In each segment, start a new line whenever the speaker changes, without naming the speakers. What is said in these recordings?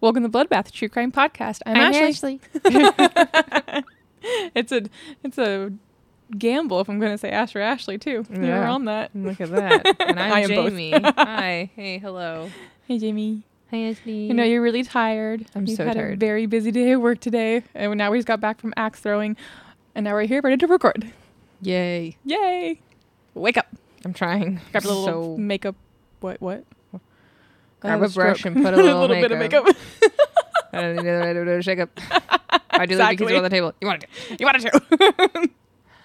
Welcome to Bloodbath, True Crime Podcast. I'm,
I'm
Ashley.
Ashley.
It's a it's a gamble if I'm going to say Ash or Ashley too. You were
Yeah.
on that.
Look at that. And I'm
I am both.
Jamie. Hi. Hey, hello.
Hey, Jamie.
Hi, Ashley.
You know you're really tired.
I'm
You've
so
had a
tired.
very busy day at work today, and now we just got back from axe throwing, and now we're here ready to record.
Yay.
Yay! Wake up.
I'm trying.
Grab a little
So
makeup. What? What? I
grab
had
a brush
stroke.
and put a little,
bit of makeup.
I don't need another- another shake up. I do that because
Exactly.
you're on the table. You want it?
You wanted to.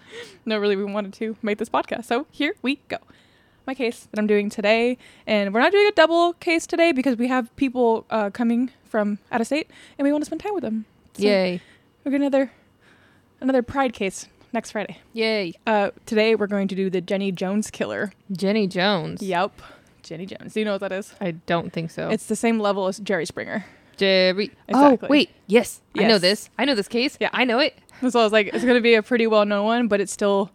no, really, we wanted to make this podcast. So here we go. My case that I'm doing today, and we're not doing a double case today because we have people uh, coming from out of state, and we want to spend time with them. So
Yay.
We get another another pride case next Friday.
Yay.
Uh, today we're going to do the Jenny Jones killer.
Jenny Jones.
Yep, Jenny Jones. Do you know what that is?
I don't think so.
It's the same level as Jerry Springer.
Jerry.
Exactly.
Oh, wait. Yes. I know
Yes.
this. I know this case.
Yeah.
I know it.
So I was like, it's going to be a pretty well known one, but it's still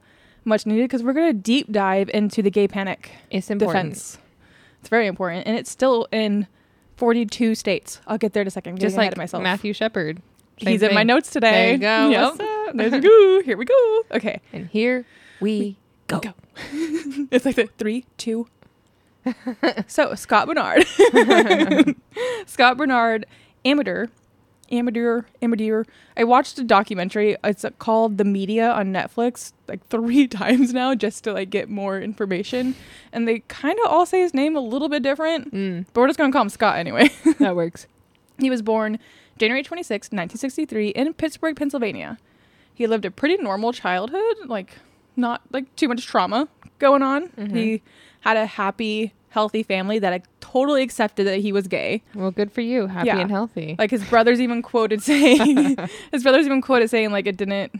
much needed because we're going to deep dive into the gay panic
It's important.
defense. It's very important, and it's still in 42 states. I'll get there in a second. I'm
Just
getting ahead
like
of myself.
Matthew Shepard. Same
He's in my
thing.
notes
There
today.
you go.
Yep.
What's up?
There's a goo. Here we go. Okay.
And here we go.
go. It's like the three, two. so Scott Bernard, Scott Bernard, amateur, amateur, amateur. I watched a documentary. It's called The Media on Netflix like three times now just to like get more information, and they kind of all say his name a little bit different,
Mm,
but we're just gonna call him Scott anyway.
that works.
He was born January 26, 1963, in Pittsburgh, Pennsylvania. He lived a pretty normal childhood, like not like too much trauma going on.
Mm-hmm.
He had a happy, healthy family that totally accepted that he was gay.
Well, good for you. Happy
Yeah.
and healthy.
Like his brothers even quoted saying, his brothers even quoted saying like it didn't,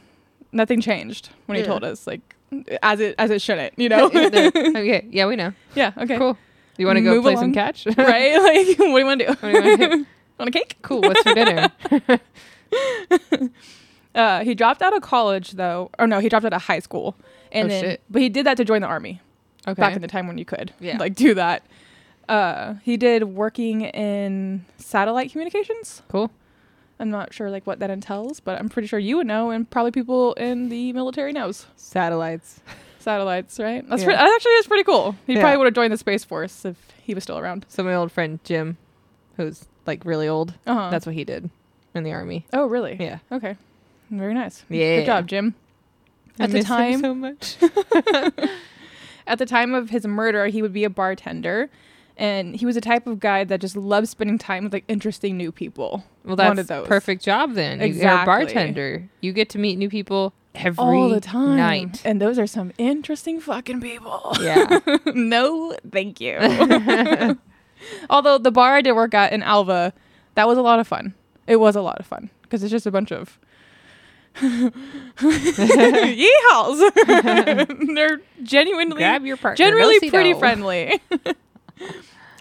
nothing changed when he
Yeah.
told us like as it as it shouldn't, you know?
There. okay. Yeah, we know.
yeah. Okay.
Cool. You want to go
Move
play
along.
some catch?
Right? Like, what do you want to do?
What do you wanna do?
Want a cake?
cool. What's for dinner?
Uh, he dropped out of college though, or no, he dropped out of high school, and
Oh,
then
shit.
but he did that to join the army
Okay.
back in the time when you could,
Yeah.
like do that. Uh, he did working in satellite communications.
cool.
I'm not sure like what that entails, but I'm pretty sure you would know, and probably people in the military knows
Satellites.
satellites, right? That's
Yeah.
pre- that actually is pretty cool. He
Yeah.
probably would have joined the space force if he was still around.
So my old friend Jim, who's like really old,
Uh-huh.
that's what he did in the army.
oh really?
Yeah.
Okay, very nice.
Yeah.
good job, Jim.
I
At the
miss him
time,
so much.
At the time of his murder, he would be a bartender, and he was a type of guy that just loved spending time with like interesting new people. One
Well, that's
of those.
perfect job then. You're a
Exactly.
bartender. You get to meet new people every
All the time.
night.
And those are some interesting fucking people.
Yeah.
no, thank you. Although the bar I did work at in Alva, that was a lot of fun. It was a lot of fun because it's just a bunch of yeehaws. They're genuinely
Grab your partner.
generally
Dosey-do.
pretty friendly.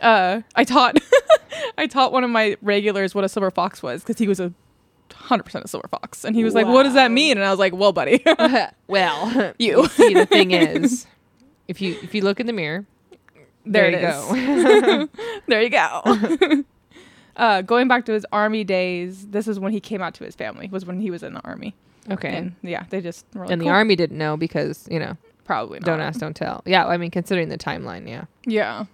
uh, I taught I taught one of my regulars what a silver fox was because he was a hundred percent a silver fox, and he was like, "What does that
Wow.
mean?" And I was like, "Well, buddy,
well,
You.
see, the thing is, if you if you look in the mirror,
there, it is.
you
there you go." uh, going back to his army days, this is when he came out to his family. Was when he was in the army,
go. okay.
and yeah, they just were like,
and the
"Cool,
army didn't know because you know
probably not.
don't ask don't tell yeah i mean considering the timeline yeah
Yeah.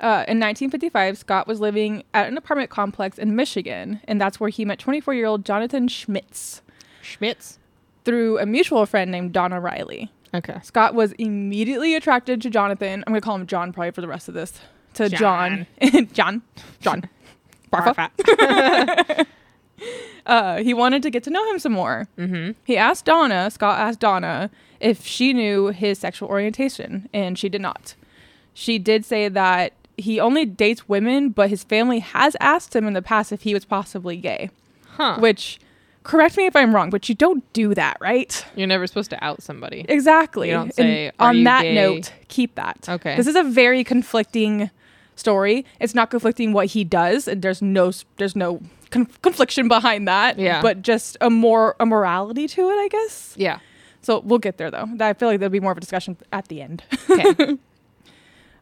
Uh, in 1955, Scott was living at an apartment complex in Michigan, and that's where he met 24 year old Jonathan Schmitz
schmitz
through a mutual friend named Donna Riley.
okay
Scott was immediately attracted to Jonathan. I'm going to call him John probably for the rest of this. To John. John. John. Barfa. Uh, he wanted to get to know him some more.
mm-hmm
He asked Donna, Scott asked Donna, if she knew his sexual orientation, and she did not. She did say that he only dates women, but his family has asked him in the past if he was possibly gay,
huh
which, correct me if I'm wrong, but you don't do that, right?
you're never supposed to out somebody
Exactly.
You don't
And
say, "Are
on
you
that
gay?"
note, keep that.
Okay.
This is a very conflicting story. It's not conflicting what he does, and there's no s- there's no conf- confliction behind that.
Yeah.
But just a more a morality to it, I guess.
yeah
So we'll get there though. That- I feel like there'll be more of a discussion at the end.
okay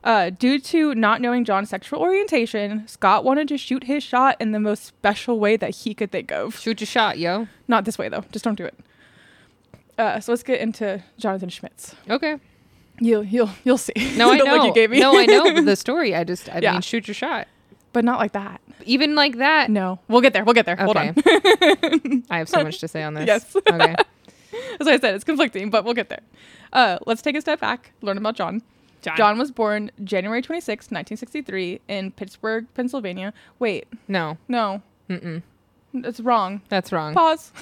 Uh, due to not knowing John's sexual orientation, Scott wanted to shoot his shot in the most special way that he could think of.
Shoot your shot, yo.
Not this way, though. Just don't do it. Uh, so let's get into Jonathan Schmitz.
Okay.
You'll you'll you'll see.
No, I
The
know.
look you gave me.
No, I know but the story. I just, I
Yeah.
mean, shoot your shot.
but not like that.
Even like that.
No, we'll get there. We'll get there. Hold
Okay.
on.
I have so much to say on this.
Yes.
Okay.
As I said, it's conflicting, but we'll get there. Uh, let's take a step back. Learn about John.
John.
John was born January 26, 1963, in Pittsburgh, Pennsylvania. Wait,
No.
no,
Mm-mm.
that's wrong.
That's wrong.
Pause.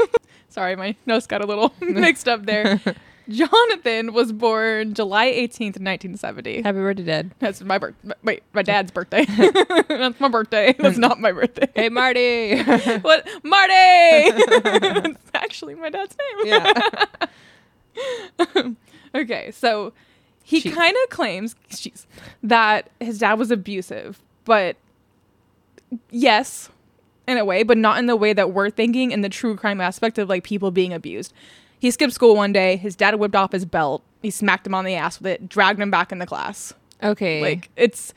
Sorry, my nose got a little mixed up there. Jonathan was born July 18th, 1970.
Happy birthday, Dad.
That's my birth. Wait, my dad's birthday. That's my birthday. That's not my birthday.
Hey, Marty.
What, Marty? It's actually my dad's name.
yeah.
Okay, so he
Jeez.
kind of claims jeez, that his dad was abusive, but yes, in a way, but not in the way that we're thinking in the true crime aspect of like people being abused. He skipped school one day. His dad whipped off his belt. He smacked him on the ass with it, dragged him back in the class.
Okay.
Like it's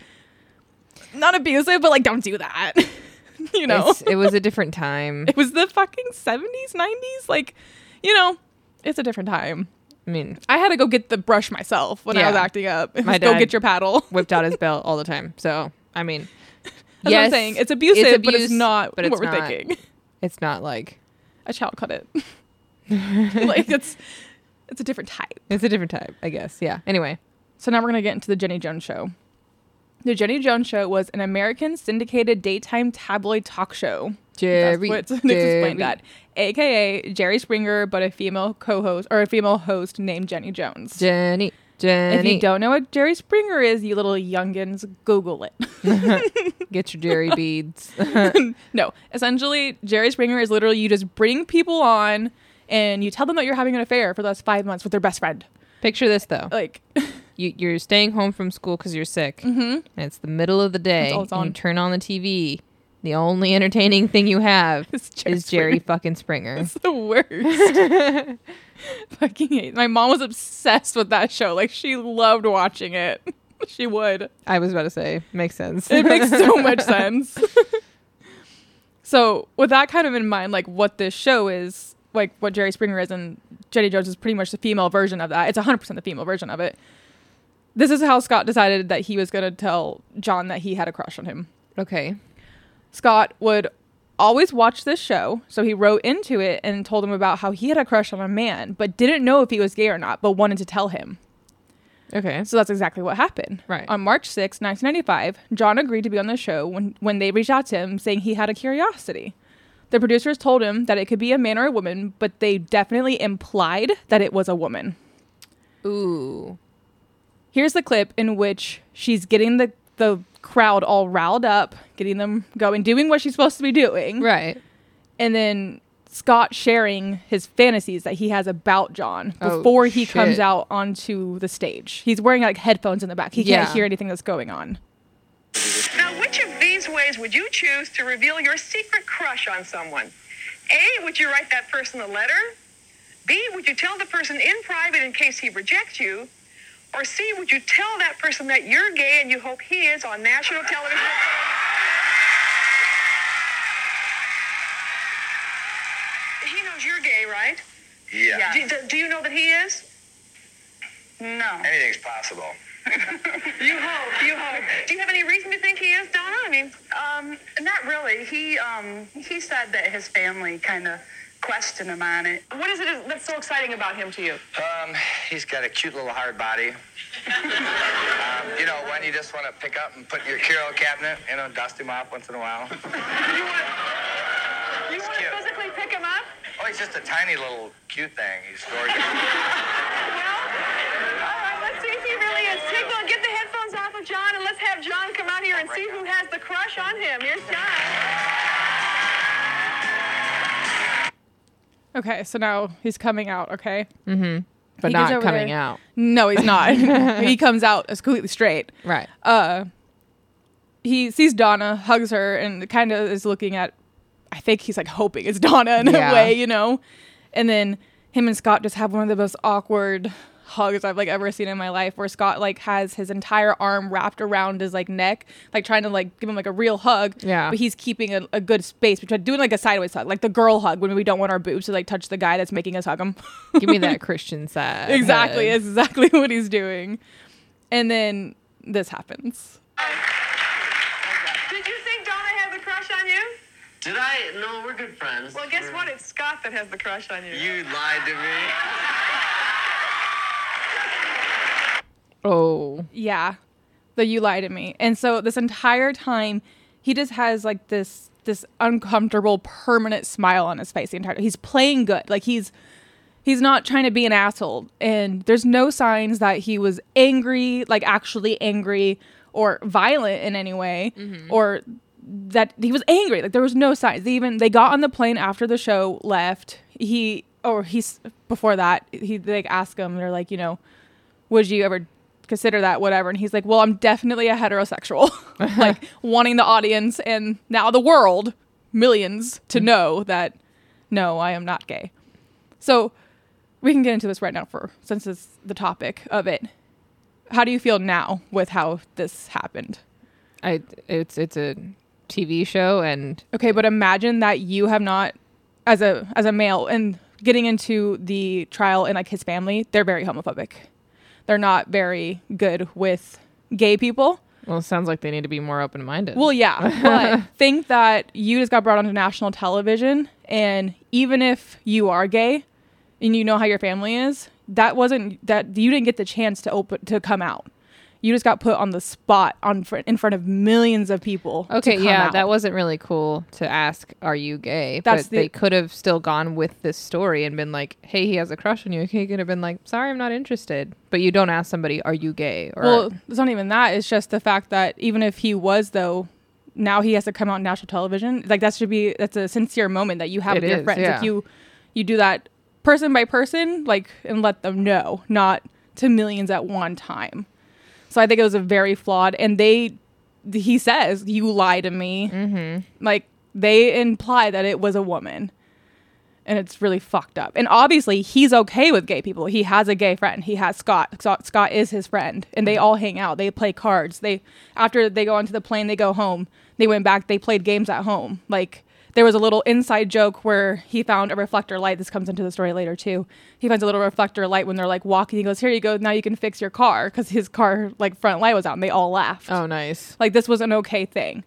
not abusive, but like don't do that. you know,
It's- it was a different time.
it was the fucking seventies, nineties. Like, you know, it's a different time.
I mean,
I had to go get the brush myself when I was
Yeah.
acting up. It
My
was, go
dad-
get your paddle.
whipped out his belt all the time. So, I mean,
That's what I'm saying. It's abusive, but it's
abuse,
not
but
what
it's
we're
not-
thinking.
It's not like
A child cut it. like it's it's a different type.
it's a different type, I guess. Yeah. Anyway,
So now we're gonna get into the Jenny Jones show. The Jenny Jones show was an American syndicated daytime tabloid talk show.
Jerry.
That's what Nick
Jerry.
explained that. AKA Jerry Springer, but a female co host or a female host named Jenny Jones.
Jenny.
if
Jenny.
you don't know what Jerry Springer is, you little youngins, Google it.
get your Jerry beads.
no, essentially, Jerry Springer is literally you just bring people on and you tell them that you're having an affair for the last five months with their best friend.
Picture this though:
Like, mm-hmm.
you, you're staying home from school because you're sick, and it's the middle of the day.
It's all Mm. it's
and you
on.
turn on the TV. The only entertaining thing you have
It's Jerry
is Jerry
Springer.
fucking Springer.
it's the worst. Fucking hate. My mom was obsessed with that show. Like, she loved watching it. She would.
I was about to say, makes sense.
It makes so much sense. so, with that kind of in mind, like what this show is, like what Jerry Springer is, and Jenny Jones is pretty much the female version of that. It's 100% the female version of it. This is how Scott decided that he was going to tell John that he had a crush on him.
okay.
Scott would always watch this show, so he wrote into it and told him about how he had a crush on a man, but didn't know if he was gay or not, but wanted to tell him.
Okay.
So that's exactly what happened.
Right.
On March 6, 1995, John agreed to be on the show when, when they reached out to him saying he had a curiosity. The producers told him that it could be a man or a woman, but they definitely implied that it was a woman.
Ooh.
Here's the clip in which she's getting the, the crowd all riled up, getting them going, doing what she's supposed to be doing,
Right.
and then Scott sharing his fantasies that he has about John
Oh,
before he
shit.
comes out onto the stage. He's wearing like headphones in the back. He
Yeah.
can't hear anything that's going on.
Now, which of these ways would you choose to reveal your secret crush on someone? A, would you write that person a letter? B, would you tell the person in private in case he rejects you? Or C, would you tell that person that you're gay and you hope he is on national television? He knows you're gay, right?
Yeah.
Do, do- do you know that he is? No.
Anything's possible.
You hope, you hope. Do you have any reason to think he is, Donna? I mean,
Um, not really. He um he said that his family kind of questioned him on it.
what is it that's so exciting about him to you?
Um, he's got a cute little hard body. um, you know, one you just want to pick up and put in your Kiro cabinet, you know, dust him off once in a while.
You want you want to
cute.
physically pick him up?
Oh, he's just a tiny little cute thing. He's gorgeous.
Well, all right, let's see if he really is. Signal, get the headphones off of John and let's have John come out here and see who has the crush on him. Here's John.
Okay, so now he's coming out, okay?
But
He gets
not
over
coming
there.
out.
No, he's not. he comes out as completely straight.
Right.
Uh he sees Donna, hugs her, and kind of is looking at I think he's like hoping it's Donna in
Yeah.
a way, you know? And then him and Scott just have one of the most awkward hugs I've like ever seen in my life where Scott like has his entire arm wrapped around his like neck, like trying to like give him like a real hug.
Yeah.
But he's keeping a, a good space between doing like a sideways hug, like the girl hug when we don't want our boobs to like touch the guy that's making us hug him.
Give me that Christian side.
exactly,
hug.
that's exactly what he's doing. And then this happens.
Did you think Donna had the crush on you?
Did I? No, we're good friends.
Well, guess what? It's Scott that has the crush on you.
You lied to me.
Oh.
Yeah. The you lie to me. And so this entire time he just has like this this uncomfortable permanent smile on his face the entire he's playing good. Like he's he's not trying to be an asshole and there's no signs that he was angry, like actually angry or violent in any way or that he was angry. Like there was no signs. They even they got on the plane after the show left. He or he's before that he they like, ask him they're like, you know, would you ever consider that whatever and he's like well i'm definitely a heterosexual like wanting the audience and now the world millions to know that no i am not gay so we can get into this right now for since it's the topic of it how do you feel now with how this happened
I it's it's a TV show and
okay but imagine that you have not as a as a male and getting into the trial and like his family they're very homophobic they're not very good with gay people
well it sounds like they need to be more open minded.
Well, yeah, but think that you just got brought onto national television, and even if you are gay, and you know how your family is, that wasn't that you didn't get the chance to open to come out. You just got put on the spot on fr- in front of millions of people. to
okay,
come
yeah,
out.
that wasn't really cool to ask are you gay?
That's
but
the-
they could have still gone with this story and been like, "Hey, he has a crush on you." He could have been like, "Sorry, I'm not interested." But you don't ask somebody, "Are you gay?" or
Well, it's not even that. It's just the fact that even if he was though, now he has to come out on national television. Like that should be that's a sincere moment that you have
It
with your
is,
friends.
yeah.
Like you, you do that person by person, like and let them know, not to millions at one time. So I think it was a very flawed. And they, he says, you lie to me. Like they imply that it was a woman. And it's really fucked up. And obviously, he's okay with gay people. He has a gay friend. He has Scott. Scott, Scott is his friend, and they all hang out. They play cards. They after they go onto the plane, they go home. They went back. They played games at home. Like there was a little inside joke where he found a reflector light. This comes into the story later too. He finds a little reflector light when they're like walking. He goes, "Here you go. Now you can fix your car," because his car like front light was out, and they all laughed.
oh, nice.
Like this was an okay thing,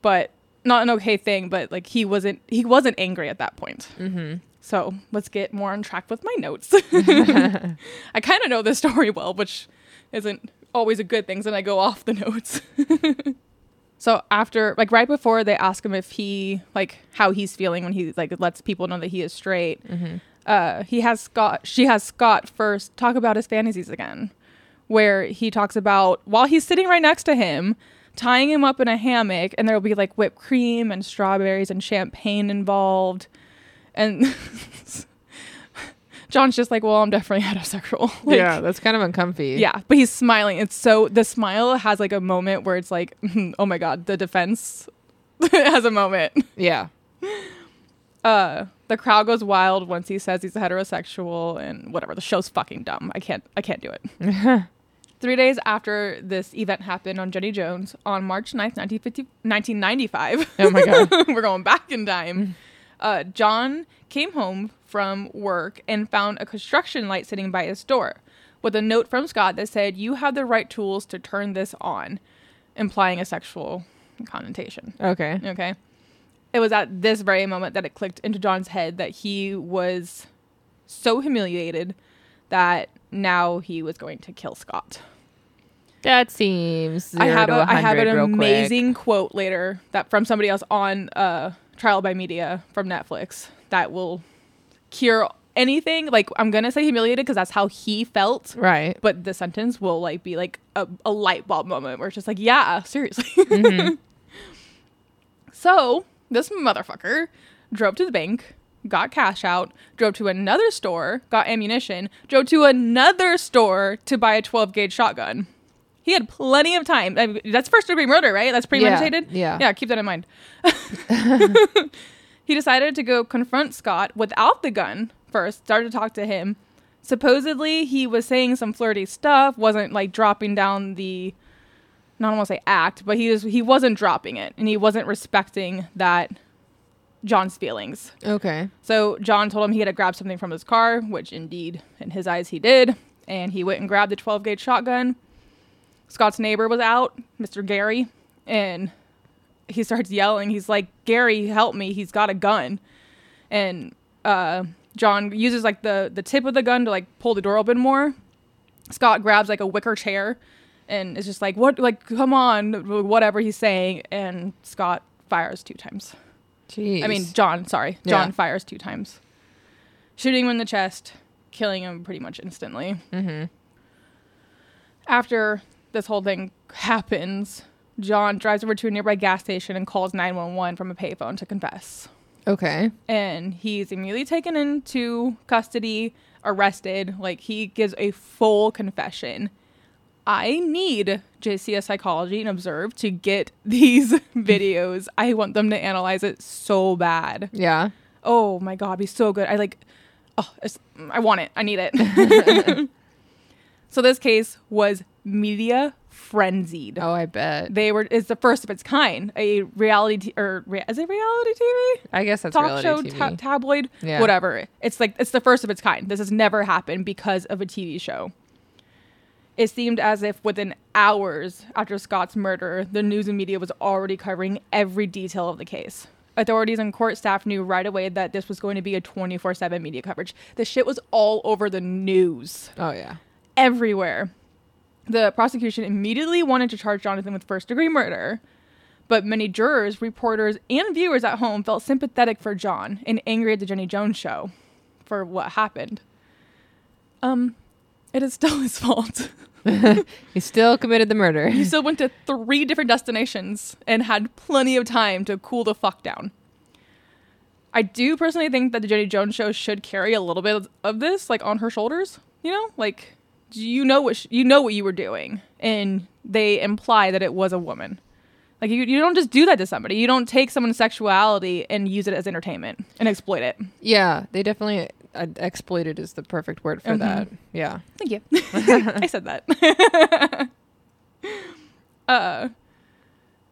but not an okay thing. But like he wasn't he wasn't angry at that point. Mm-hmm. So let's get more on track with my notes. I kind of know this story well, which isn't always a good thing. Then I go off the notes. so after like right before they ask him if he like how he's feeling when he like lets people know that he is straight. Uh, he has Scott. She has Scott first talk about his fantasies again where he talks about while he's sitting right next to him, tying him up in a hammock, and there'll be like whipped cream and strawberries and champagne involved. And John's just like, well, I'm definitely heterosexual. Like,
yeah, that's kind of uncomfy.
Yeah, but he's smiling. It's so the smile has like a moment where it's like, oh my god, the defense has a moment.
Yeah.
The crowd goes wild once he says he's heterosexual and whatever. The show's fucking dumb. I can't I can't do it. Three days after this event happened on Jenny Jones on March 9th, 1950 1995.
Oh my god. Mm.
We're going back in time. Uh, John came home from work and found a construction light sitting by his door with a note from Scott that said, You have the right tools to turn this on, implying a sexual connotation.
Okay.
Okay. It was at this very moment that it clicked into John's head that he was so humiliated that now he was going to kill Scott.
That seems zero
I have
to
a, I have
100
an
real quick.
amazing quote later that from somebody else on uh, Trial by Media from Netflix that will cure anything. Like I'm gonna say humiliated because that's how he felt,
Right.
but the sentence will like be like a, a light bulb moment where it's just like, yeah, seriously.
Mm-hmm.
so this motherfucker drove to the bank, got cash out, drove to another store, got ammunition, drove to another store to buy a 12 gauge shotgun. He had plenty of time. I mean, that's first degree murder, right? That's premeditated.
yeah.
Yeah. Keep that in mind. he decided to go confront Scott without the gun first, started to talk to him. supposedly he was saying some flirty stuff, wasn't like dropping down the not want to say act, but he just he wasn't dropping it and he wasn't respecting that John's feelings.
Okay.
So John told him he had to grab something from his car, which indeed, in his eyes, he did. And he went and grabbed the 12 gauge shotgun. Scott's neighbor was out, Mr. Gary, and he starts yelling. He's like, Gary, help me. He's got a gun. And uh, John uses like the, the tip of the gun to like pull the door open more. Scott grabs like a wicker chair and is just like, what? Like, come on, whatever he's saying. And Scott fires two times.
Jeez.
I mean, John, sorry. John
Yeah.
fires two times, shooting him in the chest, killing him pretty much instantly. Mm-hmm. After this whole thing happens, John drives over to a nearby gas station and calls 911 from a payphone to confess.
okay.
And he's immediately taken into custody, arrested. Like, he gives a full confession. I need JCS Psychology and Observe to get these videos. I want them to analyze it so bad.
Yeah.
Oh my god, it'd be so good. I like, oh, it's- I want it. I need it. so this case was media frenzied.
Oh, I bet.
They were it's the first of its kind. A reality t- or rea- is it reality TV?
I guess that's
Talk
reality
show,
TV.
ta- tabloid,
Yeah.
whatever. It's like it's the first of its kind. This has never happened because of a TV show. It seemed as if within hours after Scott's murder, the news and media was already covering every detail of the case. Authorities and court staff knew right away that this was going to be a 24 7 media coverage. The shit was all over the news
oh yeah.
everywhere. The prosecution immediately wanted to charge Jonathan with first degree murder, but many jurors, reporters, and viewers at home felt sympathetic for John and angry at the Jenny Jones show for what happened. Um, it is still his fault.
He still committed the murder.
He still went to three different destinations and had plenty of time to cool the fuck down. I do personally think that the Jenny Jones show should carry a little bit of this, like on her shoulders. You know, like you know what sh- you know what you were doing, and they imply that it was a woman. Like you, you don't just do that to somebody. You don't take someone's sexuality and use it as entertainment and exploit it.
yeah, they definitely uh, exploited is the perfect word for that. Yeah.
Thank you. I said that. uh,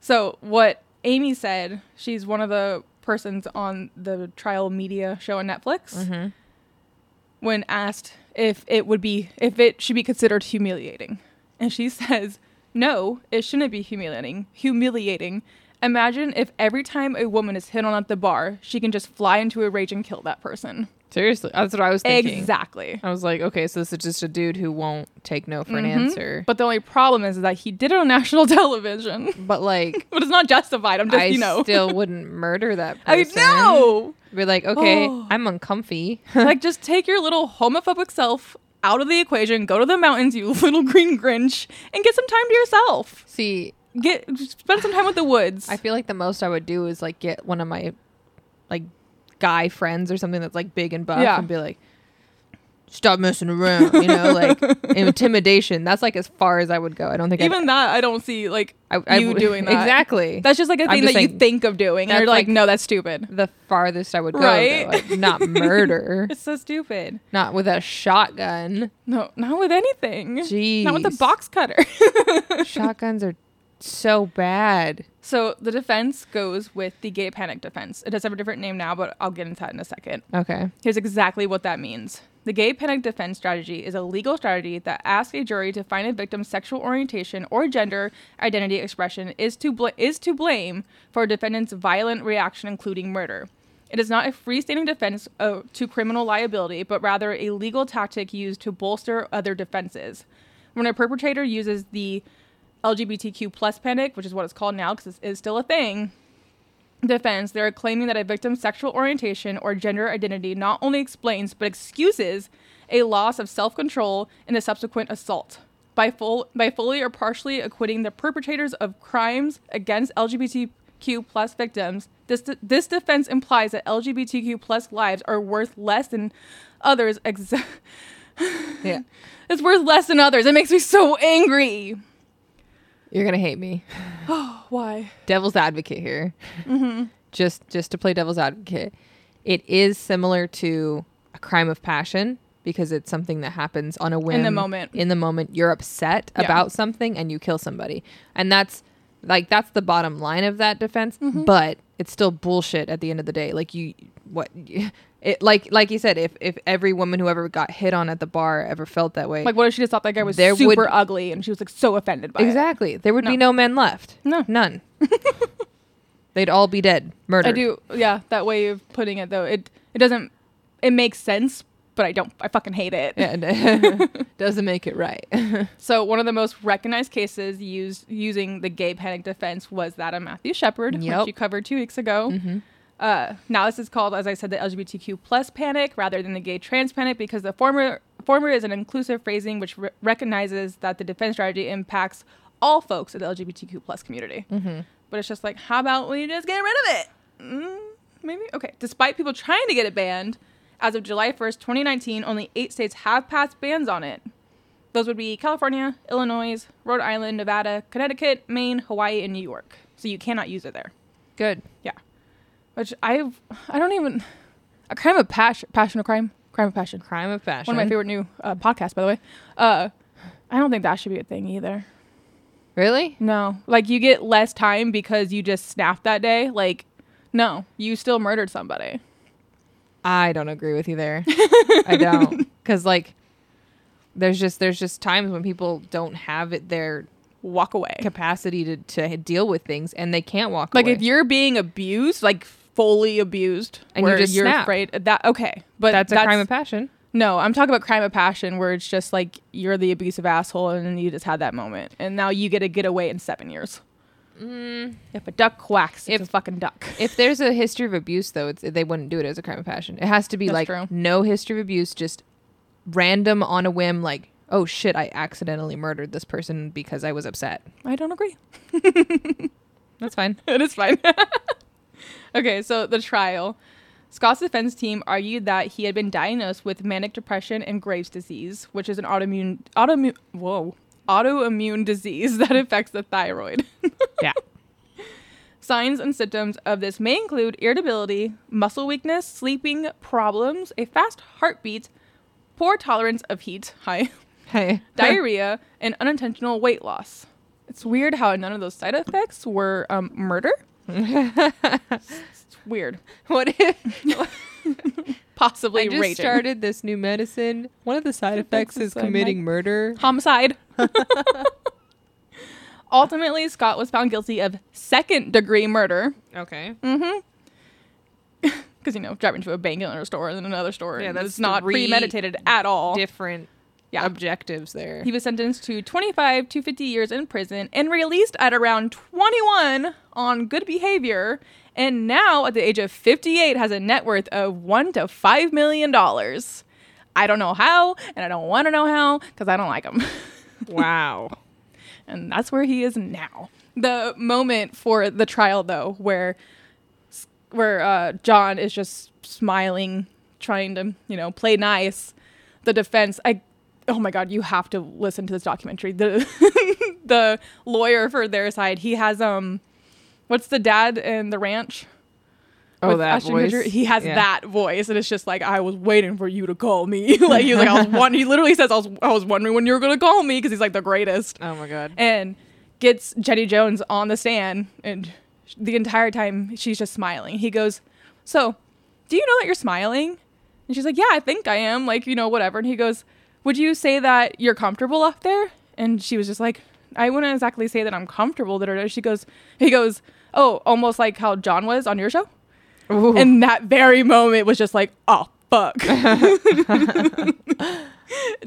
so what Amy said, she's one of the persons on the trial media show on Netflix. When asked if it would be if it should be considered humiliating, and she says, "No, it shouldn't be humiliating. Humiliating. Imagine if every time a woman is hit on at the bar, she can just fly into a rage and kill that person."
Seriously, that's what I was thinking.
Exactly.
I was like, okay, so this is just a dude who won't take no for an answer.
But the only problem is that he did it on national television.
but like,
But it's not justified. I'm just,
I
you know.
still wouldn't murder that
I
person.
know.
Be like, okay,
Oh.
I'm uncomfy.
like, just take your little homophobic self out of the equation, go to the mountains, you little green Grinch, and get some time to yourself.
See,
Get spend some time with the woods.
I feel like the most I would do is like get one of my like guy friends or something that's like big and buff
Yeah.
and be like, stop messing around, you know, like intimidation. That's like as far as I would go. I don't think
Even
I'd,
that, I don't see like
I, I
you
would-
doing that.
exactly.
That's just like a
I'm
thing that
just
you
saying-
think of doing, and
That's
you're like,
like-
no, that's stupid.
the farthest I would go,
Right?
though, like, not murder,
It's so stupid.
not with a shotgun.
No, not with anything. Not with the
Jeez.
box cutter.
Shotguns are so bad.
So the defense goes with the gay panic defense. It does have a different name now, but I'll get into that in a second.
Okay.
Here's exactly what that means. The gay panic defense strategy is a legal strategy that asks a jury to find a victim's sexual orientation or gender identity expression is to bl- is to blame for a defendant's violent reaction, including murder. It is not a freestanding defense uh, to criminal liability, but rather a legal tactic used to bolster other defenses. When a perpetrator uses the LGBTQ plus panic, which is what it's called now because it is still a thing, defense, they are claiming that a victim's sexual orientation or gender identity not only explains but excuses a loss of self-control and a subsequent assault. By, full, by fully or partially acquitting the perpetrators of crimes against LGBTQ plus victims, this, de- this defense implies that LGBTQ plus lives are worth less than others. Ex-
Yeah.
it's worth less than others. It makes me so angry.
You're gonna hate me.
Why?
devil's advocate here.
Mm-hmm.
Just just to play devil's advocate, it is similar to a crime of passion because it's something that happens on a whim
the moment.
In the moment, you're upset
Yeah.
about something and you kill somebody, and that's like that's the bottom line of that defense.
Mm-hmm.
But it's still bullshit at the end of the day. Like you, what? It like like you said, if if every woman who ever got hit on at the bar ever felt that way,
Like, what if she just thought that guy was
There would-
super ugly and she was like so offended by it?
Exactly. There would be no men left.
No.
None. They'd all be dead, murdered.
I do. Yeah, that way of putting it though, it it doesn't it makes sense, but I don't. I fucking hate it.
And doesn't make it right.
So one of the most recognized cases used using the gay panic defense was that of Matthew Shepard,
Yep.
which you covered two weeks ago. Uh, now this is called, as I said, the LGBTQ plus panic rather than the gay trans panic because the former former is an inclusive phrasing which re- recognizes that the defense strategy impacts all folks of the LGBTQ plus community. But it's just like, how about we just get rid of it? Mm, maybe okay despite people trying to get it banned as of july 1st 2019 only eight states have passed bans on it those would be california illinois rhode island nevada connecticut maine hawaii and new york so you cannot use it there
Good.
yeah which i've i don't even a crime of passion passion of crime crime of passion
Crime of passion.
one of my favorite new uh, podcasts by the way uh i don't think that should be a thing either
Really?
no like you get less time because you just snapped that day like no you still murdered somebody
I don't agree with you there. I don't. Because, like, there's just there's just times when people don't have it their
walk away
capacity to, to deal with things and they can't walk
Like
away.
if you're being abused, like fully abused,
And you
where
just
you're
snap.
afraid that okay, but
that's a crime of passion.
No, I'm talking about crime of passion, where it's just like you're the abusive asshole, and then you just had that moment, and now you get a getaway in seven years. Mm. If a duck quacks, it's
If-
a fucking duck.
If there's a history of abuse, though, it's, they wouldn't do it as a crime of passion. It has to be
That's
like
true.
no history of abuse, just random on a whim, like, oh shit, I accidentally murdered this person because I was upset.
I don't agree.
That's fine.
it is fine. okay, so the trial. Scott's defense team argued that he had been diagnosed with manic depression and Graves' disease, which is an autoimmune autoimmune whoa autoimmune disease that affects the thyroid.
yeah.
Signs and symptoms of this may include irritability, muscle weakness, sleeping problems, a fast heartbeat, poor tolerance of heat, high
Hey.
diarrhea, and unintentional weight loss. It's weird how none of those side effects were um, murder. it's weird.
what if
Possibly
I just
raging.
started this new medicine? One of the side effects is
like my-
committing murder.
homicide. Ultimately, Scott was found guilty of second degree murder
Okay.
because you know driving to a bank and another store and then another store.
Yeah,
and
that's
it's not
three
premeditated at all.
Different
Yeah.
objectives there.
He was sentenced to 25 to 50 years in prison and released at around 21 on good behavior. And now, at the age of 58, has a net worth of one to five million dollars. I don't know how, and I don't want to know how because I don't like him.
Wow.
and that's where he is now. The moment for the trial, though, where where uh, John is just smiling, trying to you know play nice. The defense, I oh my god, you have to listen to this documentary. The the lawyer for their side, he has um, what's the dad in the ranch?
Oh,
with
that
Ashton
voice.
Kutcher, he has
Yeah.
that voice, and it's just like I was waiting for you to call me. like he's like I was one. He literally says I was I was wondering when you were gonna call me because he's like the greatest
Oh my god.
and gets Jenny Jones on the stand. And sh- the entire time she's just smiling. He goes, So, do you know that you're smiling? And she's like, Yeah, I think I am. Like, you know, whatever. And he goes, Would you say that you're comfortable up there? And she was just like, I wouldn't exactly say that I'm comfortable. That she goes, He goes, Oh, almost like how John was on your show. And that very moment was just like, Oh, fuck.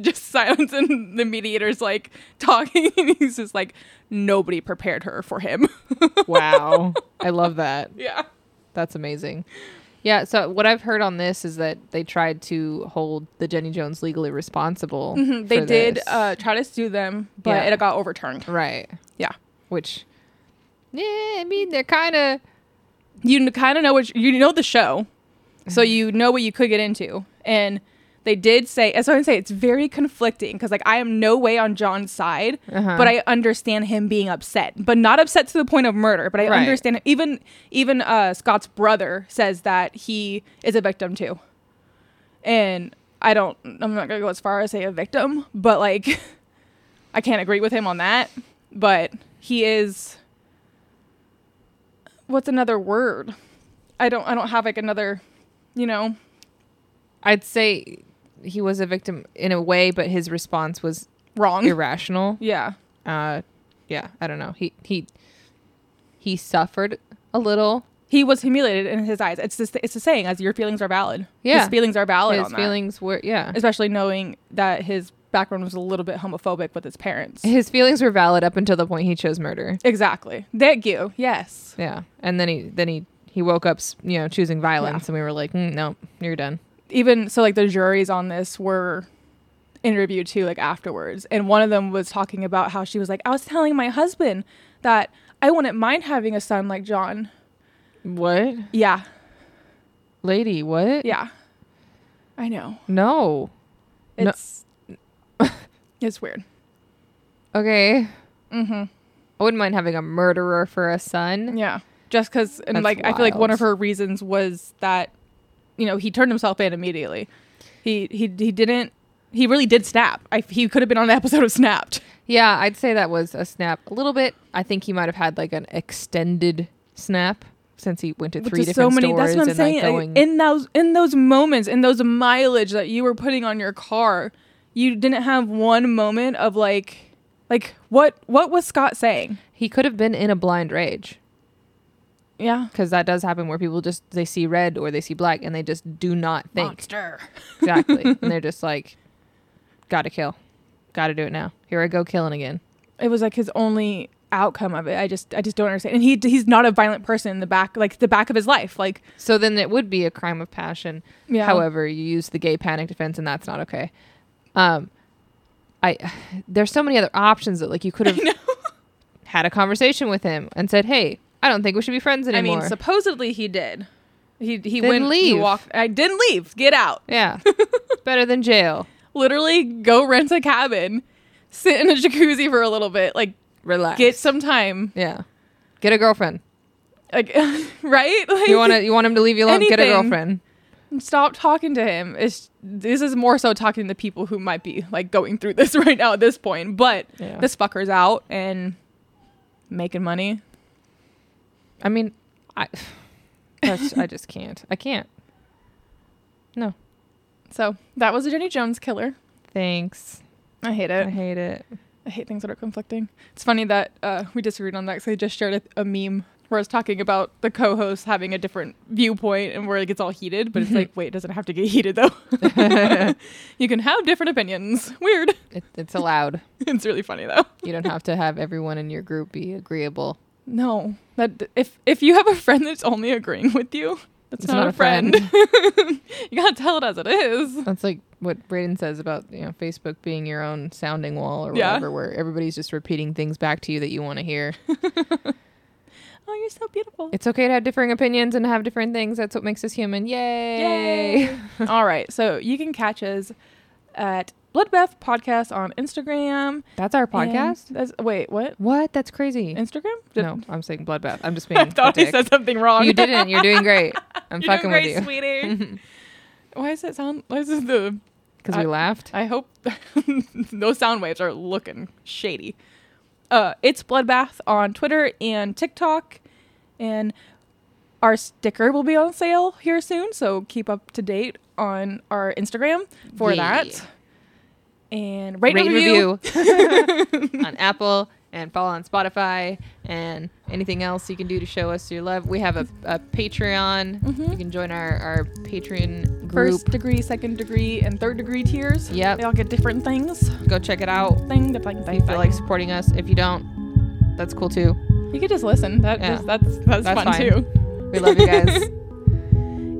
just silence and the mediator's like talking and he's just like nobody prepared her for him
wow. I love that.
yeah
That's amazing. Yeah, so what I've heard on this is that they tried to hold the Jenny Jones legally responsible.
they
for
did
this.
uh try to sue them but
Yeah.
it got overturned
right,
yeah
which yeah, I mean they're kind of
you kind of know what you, you know the show so you know what you could get into and they did say as i would say it's very conflicting because like i am no way on john's side but i understand him being upset but not upset to the point of murder but i
Right.
understand even even uh scott's brother says that he is a victim too and I don't. I'm not gonna go as far as say a victim, but like, I can't agree with him on that. But he is. What's another word? I don't. I don't have like another. You know.
I'd say he was a victim in a way, but his response was
Wrong.
irrational.
Yeah.
Uh, yeah, I don't know. He he he suffered a little.
He was humiliated in his eyes. It's just, it's the saying as your feelings are valid.
Yeah.
His feelings are valid.
His
Oh, on that.
feelings were yeah.
especially knowing that his background was a little bit homophobic with his parents.
His feelings were valid up until the point he chose murder.
exactly. Thank you. Yes.
Yeah, and then he then he he woke up s- you know choosing violence, and we were like, mm, no, you're done.
Even so, like the juries on this were interviewed too, like afterwards, and one of them was talking about how she was like, "I was telling my husband that I wouldn't mind having a son like John."
What,
Yeah.
lady? What?
Yeah. I know.
No. No.
It's it's weird.
Okay. Mm-hmm. I wouldn't mind having a murderer for a son.
Yeah. Just because, and
That's
like, I feel like one
wild.
of her reasons was that, you know, he turned himself in immediately. He he he didn't. He really did snap. I, he could have been on the episode of Snapped.
Yeah, I'd say that was a snap. A little bit. I think he might have had like an extended snap since he went to
Which
three
is
different
so many.
stores
that's what I'm
and like
saying. Like,
going.
in those in those moments, in those mileage that you were putting on your car, you didn't have one moment of like, like what what was Scott saying?
he could have been in a blind rage
Yeah,
because that does happen where people just they see red or they see black and they just do not think exactly, and they're just like, "Gotta kill, gotta do it now. Here I go killing again."
it was like his only outcome of it. I just I just don't understand. And he he's not a violent person in the back like the back of his life. Like
So then it would be a crime of passion.
Yeah.
However, you use the gay panic defense, and that's not okay. Um, I there's so many other options that like you could have had a conversation with him and said, "Hey, I don't think we should be friends
I
anymore."
mean, supposedly he did. He he
Then
went He
leave.
walked. I didn't leave. Get out.
yeah, better than jail.
Literally, go rent a cabin, sit in a jacuzzi for a little bit, like
Relax.
get some time,
yeah, get a girlfriend.
like right. Like,
You want to you want him to leave you alone? Get a
Anything.
girlfriend.
stop talking to him. It's this is more so talking to people who might be like going through this right now at this point. But
Yeah.
this fucker's out and making money.
I mean, I that's, I just can't. I can't. No,
So that was a Jenny Jones killer.
thanks.
I hate
I
it.
hate it.
I hate things that are conflicting. It's funny that uh, we disagreed on that because I just shared a, a meme where I was talking about the co-host having a different viewpoint and where it gets all heated, but it's like, wait, it doesn't have to get heated though. you can have different opinions. Weird.
it it's allowed.
It's really funny though.
You don't have to have everyone in your group be agreeable.
No, that if if you have a friend that's only agreeing with you, that's
It's
not,
not
a
a
friend.
friend.
you gotta tell it as it is.
That's like what Braden says about you know Facebook being your own sounding wall or
Yeah.
whatever, where everybody's just repeating things back to you that you want to hear.
Oh, you're so beautiful.
it's okay to have differing opinions and have different things. That's what makes us human. Yay!
Yay. All right, so you can catch us at Bloodbath Podcast on Instagram.
That's our
and
podcast.
That's, wait, what?
what? That's crazy.
Instagram? Did-
No, I'm saying bloodbath. I'm just being.
I thought
a
I
dick.
said something wrong.
You didn't. You're doing great. I'm
You're
fucking
doing great,
with you
sweetie. Why does that sound? Why is this the?
because we
I-
laughed.
I hope those sound waves are looking shady. Uh, it's Bloodbath on Twitter and TikTok, and our sticker will be on sale here soon. So keep up to date on our Instagram for
Yeah.
that. And rate, and
Rate and
review.
review on Apple and follow on Spotify and anything else you can do to show us your love. We have a, a Patreon. You can join our, our Patreon group.
Mm-hmm. First degree, second degree, and third degree tiers.
Yep.
They all get different things.
Go check it out.
Thing, thing,
If you
thing,
feel like supporting us, if you don't, that's cool too.
you could just listen. That
Yeah.
is- that's, that's
That's
fun
fine.
too.
We love you guys.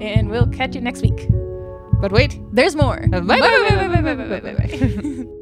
And we'll catch you next week.
but wait,
There's more.
bye bye bye bye bye bye bye. bye, bye.